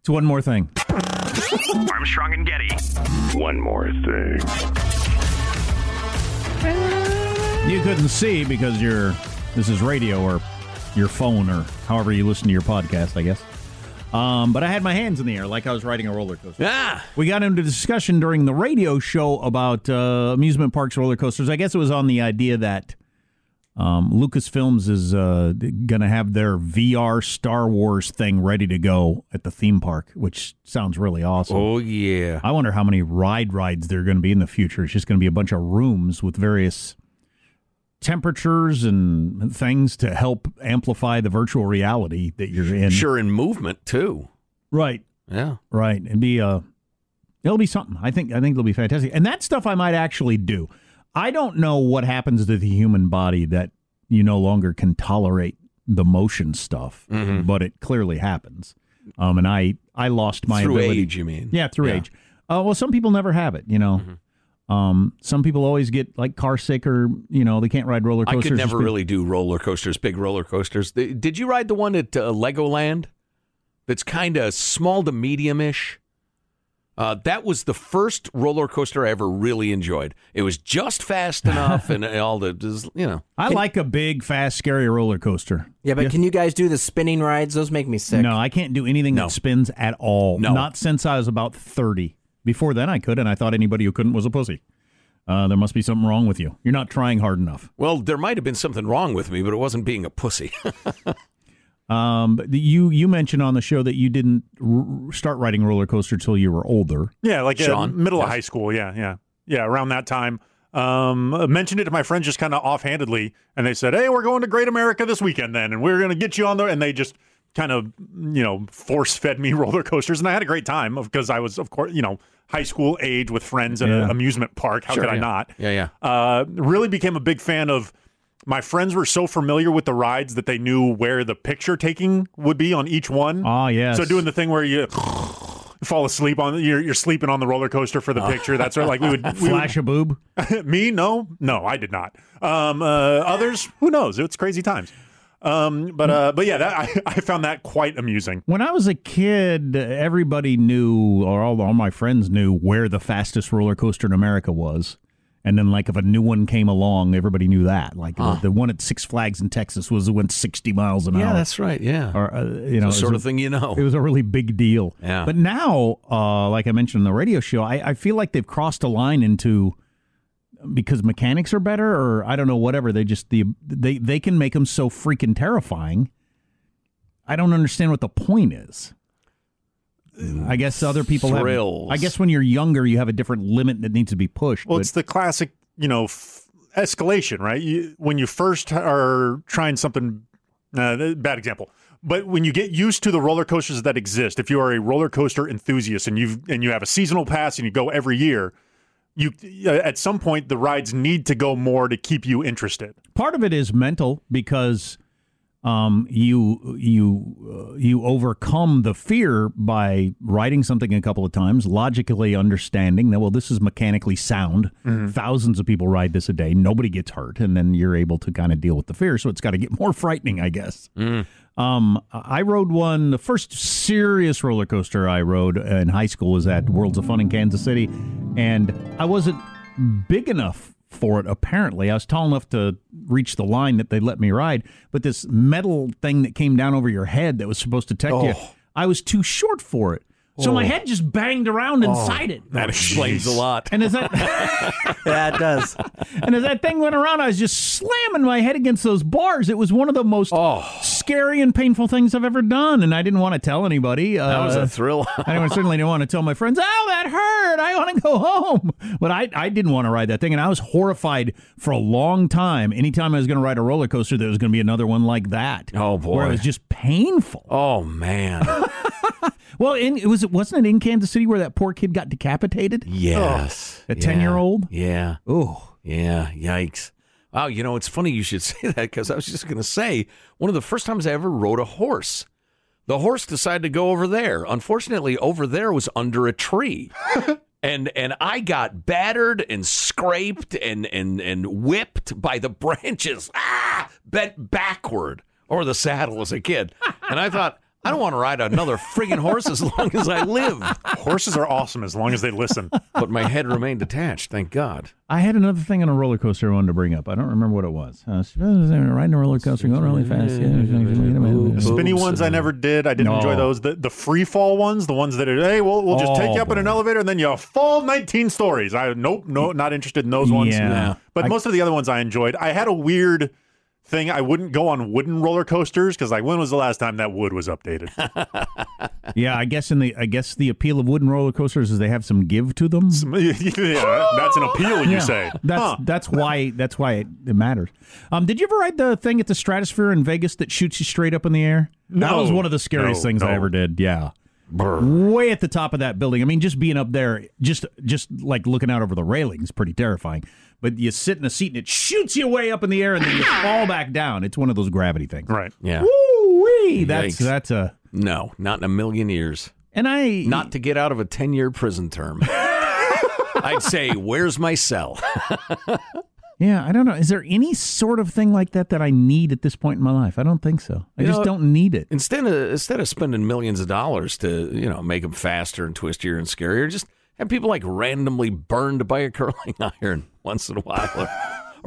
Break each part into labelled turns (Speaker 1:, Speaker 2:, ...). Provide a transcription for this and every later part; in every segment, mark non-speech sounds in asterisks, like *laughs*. Speaker 1: It's one more thing.
Speaker 2: Armstrong and Getty.
Speaker 3: One more thing.
Speaker 1: You couldn't see because your this is radio or your phone or however you listen to your podcast, I guess. Um, but I had my hands in the air like I was riding a roller coaster.
Speaker 4: Ah,
Speaker 1: We got into discussion during the radio show about uh, amusement parks, roller coasters. I guess it was on the idea that um, Lucasfilms is uh, going to have their VR Star Wars thing ready to go at the theme park, which sounds really awesome.
Speaker 4: oh yeah.
Speaker 1: I wonder how many ride rides there are going to be in the future. It's just going to be a bunch of rooms with various temperatures and things to help amplify the virtual reality that you're in.
Speaker 4: Sure, in movement too.
Speaker 1: Right.
Speaker 4: Yeah.
Speaker 1: Right. It'd be uh it'll be something. I think I think it'll be fantastic. And that stuff I might actually do. I don't know what happens to the human body that you no longer can tolerate the motion stuff,
Speaker 4: Mm-hmm.
Speaker 1: but it clearly happens. Um and I I lost my
Speaker 4: Through
Speaker 1: ability
Speaker 4: age, you mean?
Speaker 1: yeah, through age. Uh, well, some people never have it, you know.
Speaker 4: Mm-hmm.
Speaker 1: Um, some people always get like car sick or, you know, they can't ride roller
Speaker 4: I
Speaker 1: coasters.
Speaker 4: could
Speaker 1: It's
Speaker 4: never
Speaker 1: been-
Speaker 4: really do roller coasters, big roller coasters. The- Did you ride the one at uh, Legoland? That's kind of small to medium ish. Uh, that was the first roller coaster I ever really enjoyed. It was just fast
Speaker 1: *laughs*
Speaker 4: enough, and all the just, you know.
Speaker 1: I like a big, fast, scary roller coaster.
Speaker 5: Yeah, but can you guys do the spinning rides? Those make me sick.
Speaker 1: No, I can't do anything
Speaker 4: No.
Speaker 1: that spins at all.
Speaker 4: No.
Speaker 1: Not since I was about 30. Before then, I could, and I thought anybody who couldn't was a pussy. Uh, there must be something wrong with you. You're not trying hard enough.
Speaker 4: Well, there might have been something wrong with me, but it wasn't being a pussy. *laughs*
Speaker 1: Um, but you you mentioned on the show that you didn't r- start riding roller coaster till you were older.
Speaker 6: Yeah, like uh,
Speaker 4: Sean?
Speaker 6: middle of
Speaker 4: Yes.
Speaker 6: high school. Yeah, yeah, yeah. Around that time, um, I mentioned it to my friends just kind of offhandedly, and they said, "Hey, we're going to Great America this weekend, then, and we're going to get you on there." And they just kind of, you know, force fed me *laughs* roller coasters, and I had a great time because I was, of course, you know, high school age with friends in
Speaker 1: Yeah.
Speaker 6: an amusement park. How
Speaker 4: Sure,
Speaker 6: could I
Speaker 4: yeah.
Speaker 6: not?
Speaker 4: Yeah, yeah.
Speaker 6: Uh, really became a big fan of. My friends were so familiar with the rides that they knew where the picture taking would be on each one.
Speaker 1: Ah, yes.
Speaker 6: So doing the thing where you fall asleep on you're you're sleeping on the roller coaster for the picture. That's right. Like we would, we
Speaker 1: Uh. flash a boob.
Speaker 6: would- *laughs* me no no I did not. Um, uh, others who knows? It's crazy times. Um, but uh, but yeah, that, I, I found that quite amusing.
Speaker 1: When I was a kid, everybody knew, or all, all my friends knew, where the fastest roller coaster in America was. And then, like, if a new one came along, everybody knew that. Like, the, the one at Six Flags in Texas was the one 60 miles an hour.
Speaker 4: yeah, that's right. Yeah.
Speaker 1: or, uh, you know,
Speaker 4: the
Speaker 1: it
Speaker 4: sort
Speaker 1: was
Speaker 4: of thing you know.
Speaker 1: a- It was a really big deal.
Speaker 4: Yeah.
Speaker 1: But now, uh, like I mentioned in the radio show, I, I feel like they've crossed a line into because mechanics are better, or I don't know, whatever. They just the they they can make them so freaking terrifying. I don't understand what the point is. I guess other people
Speaker 4: Thrills.
Speaker 1: have. I guess when you're younger, you have a different limit that needs to be pushed.
Speaker 6: Well,
Speaker 1: but-
Speaker 6: it's the classic, you know, f- escalation, right? You, when you first are trying something, uh, th- bad example, but when you get used to the roller coasters that exist, if you are a roller coaster enthusiast and you've and you have a seasonal pass and you go every year, you uh, at some point the rides need to go more to keep you interested.
Speaker 1: part of it is mental because um, you you uh, you overcome the fear by writing something a couple of times, logically understanding that well, this is mechanically sound. Thousands of people ride this a day; nobody gets hurt, and then you're able to kind of deal with the fear. So it's got to get more *laughs* frightening, I guess. Um, I rode one. The first serious roller coaster I rode in high school was at Worlds of Fun in Kansas City, and I wasn't big enough for it. Apparently, I was tall enough to reach the line that they let me ride, but this metal thing that came down over your head that was supposed to protect you, I was too short for it. So my head just banged around inside it.
Speaker 4: that *laughs* explains
Speaker 1: *laughs*
Speaker 4: a *laughs* lot.
Speaker 1: And as that
Speaker 5: Yeah, it does.
Speaker 1: and as that thing went around, I was just slamming my head against those bars. It was one of the most
Speaker 4: Oh.
Speaker 1: scary and painful things I've ever done, and I didn't want to tell anybody. Uh,
Speaker 4: That
Speaker 1: *laughs*
Speaker 4: was a thrill.
Speaker 1: I don't- certainly didn't want to tell my friends, oh, that hurt. I want to go home. But I, I didn't want to ride that thing. And I was horrified for a long time. Anytime I was going to ride a roller coaster, there was going to be another one like that.
Speaker 4: Oh, boy.
Speaker 1: Where it was just painful.
Speaker 4: oh, man.
Speaker 1: Well, in, it was, wasn't it in Kansas City where that poor kid got decapitated?
Speaker 4: Yes.
Speaker 1: A
Speaker 4: Yeah.
Speaker 1: 10-year-old?
Speaker 4: Yeah.
Speaker 1: Oh,
Speaker 4: Yeah, yikes. Wow, you know, it's funny you should *laughs* say that because I was just going to say one of the first times I ever rode a horse, the horse decided to go over there. Unfortunately, over there was under a tree. And, and I got battered and scraped and, and, and whipped by the *laughs* branches, ah, bent backward over the saddle as a kid. And I thought, I don't want to ride another friggin' horse as long as I live.
Speaker 6: Horses are awesome as long as they listen.
Speaker 4: But my head remained attached, thank God.
Speaker 1: I had another thing on a roller coaster I wanted to bring up. I don't remember what it was. Uh, riding a roller coaster, going really fast.
Speaker 6: The *laughs*
Speaker 1: Yeah.
Speaker 6: spinny
Speaker 4: Oops.
Speaker 6: ones I never did. I didn't
Speaker 1: No.
Speaker 6: enjoy those. The the free fall ones, the ones that are hey, we'll we'll just take
Speaker 1: Oh,
Speaker 6: you up in an
Speaker 1: boy.
Speaker 6: elevator and then you fall 19 stories. I nope, no, not interested in those ones.
Speaker 1: Yeah. Yeah.
Speaker 6: But most of the other ones I enjoyed. I had a weird thing. I wouldn't go on wooden roller coasters because like when was the last time that wood was updated?
Speaker 1: yeah, I guess in the I guess the appeal of wooden roller coasters is they have some give to them.
Speaker 6: *laughs* yeah, that's an appeal, you
Speaker 1: Yeah. *laughs*
Speaker 6: say.
Speaker 1: That's
Speaker 6: Huh.
Speaker 1: that's why that's why it, it matters. Um, did you ever ride the thing at the stratosphere in Vegas that shoots you straight up in the air? that
Speaker 6: No.
Speaker 1: was one of the scariest
Speaker 6: No,
Speaker 1: things I
Speaker 6: no.
Speaker 1: ever did. Yeah. Way at the top of that building. I mean, just being up there, just just like looking out over the railing is pretty terrifying. But you sit in a seat and it shoots you way up in the air and then
Speaker 6: *laughs*
Speaker 1: you fall back down. It's one of those gravity things.
Speaker 6: Right.
Speaker 4: Yeah.
Speaker 1: Woo-wee! That's
Speaker 4: Yikes.
Speaker 1: that's a
Speaker 4: No, not in a million years.
Speaker 1: and I
Speaker 4: Not to get out of a 10 year prison term. I'd say, where's my cell?
Speaker 1: Yeah, I don't know. Is there any sort of thing like that that I need at this point in my life? I don't think so. I
Speaker 4: You
Speaker 1: just
Speaker 4: know-
Speaker 1: don't need it.
Speaker 4: instead of instead of spending millions of dollars to you know make them faster and twistier and scarier, just have people like randomly burned by a curling *laughs* iron once in a while, or,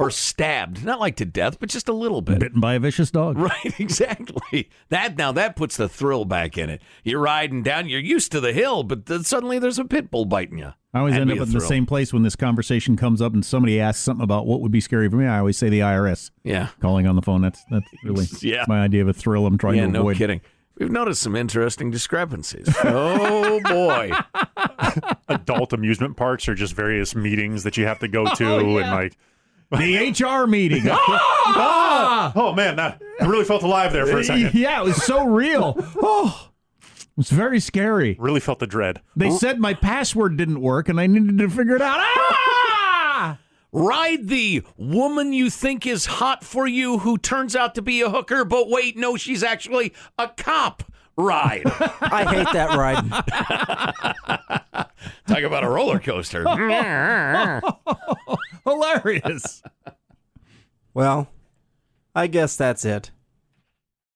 Speaker 4: or stabbed, not like to death, but just a little bit.
Speaker 1: Bitten by a vicious dog.
Speaker 4: *laughs* Right, exactly. That now that puts the thrill back in it. You're riding down, you're used to the hill, but then suddenly there's a pit bull biting you.
Speaker 1: I always
Speaker 4: That'd
Speaker 1: end
Speaker 4: be
Speaker 1: up
Speaker 4: a
Speaker 1: in the
Speaker 4: thrill.
Speaker 1: same place when this conversation comes up and somebody asks something about what would be scary for me. I always say the IRS
Speaker 4: Yeah,
Speaker 1: calling on the phone. That's that's really
Speaker 4: *laughs* Yeah.
Speaker 1: my idea of a thrill. I'm trying
Speaker 4: yeah.
Speaker 1: to
Speaker 4: No
Speaker 1: avoid.
Speaker 4: kidding. We've noticed some interesting discrepancies. oh boy.
Speaker 6: Adult amusement parks are just various meetings that you have
Speaker 1: *laughs*
Speaker 6: to go
Speaker 1: Oh,
Speaker 6: to and like
Speaker 1: The HR
Speaker 4: *laughs*
Speaker 1: meeting.
Speaker 6: oh man, that I really felt alive there
Speaker 1: *laughs*
Speaker 6: for a second.
Speaker 1: yeah, it was so real. Oh, it was very scary.
Speaker 6: Really felt the dread.
Speaker 1: They said my password didn't work and I needed to figure it out.
Speaker 4: *laughs*
Speaker 1: Ah!
Speaker 4: Ride the woman you think is hot for you who turns out to be a hooker, but wait, no, she's actually a cop ride.
Speaker 5: I hate that ride.
Speaker 4: Talk about a roller coaster.
Speaker 1: Hilarious.
Speaker 5: Well, I guess that's it.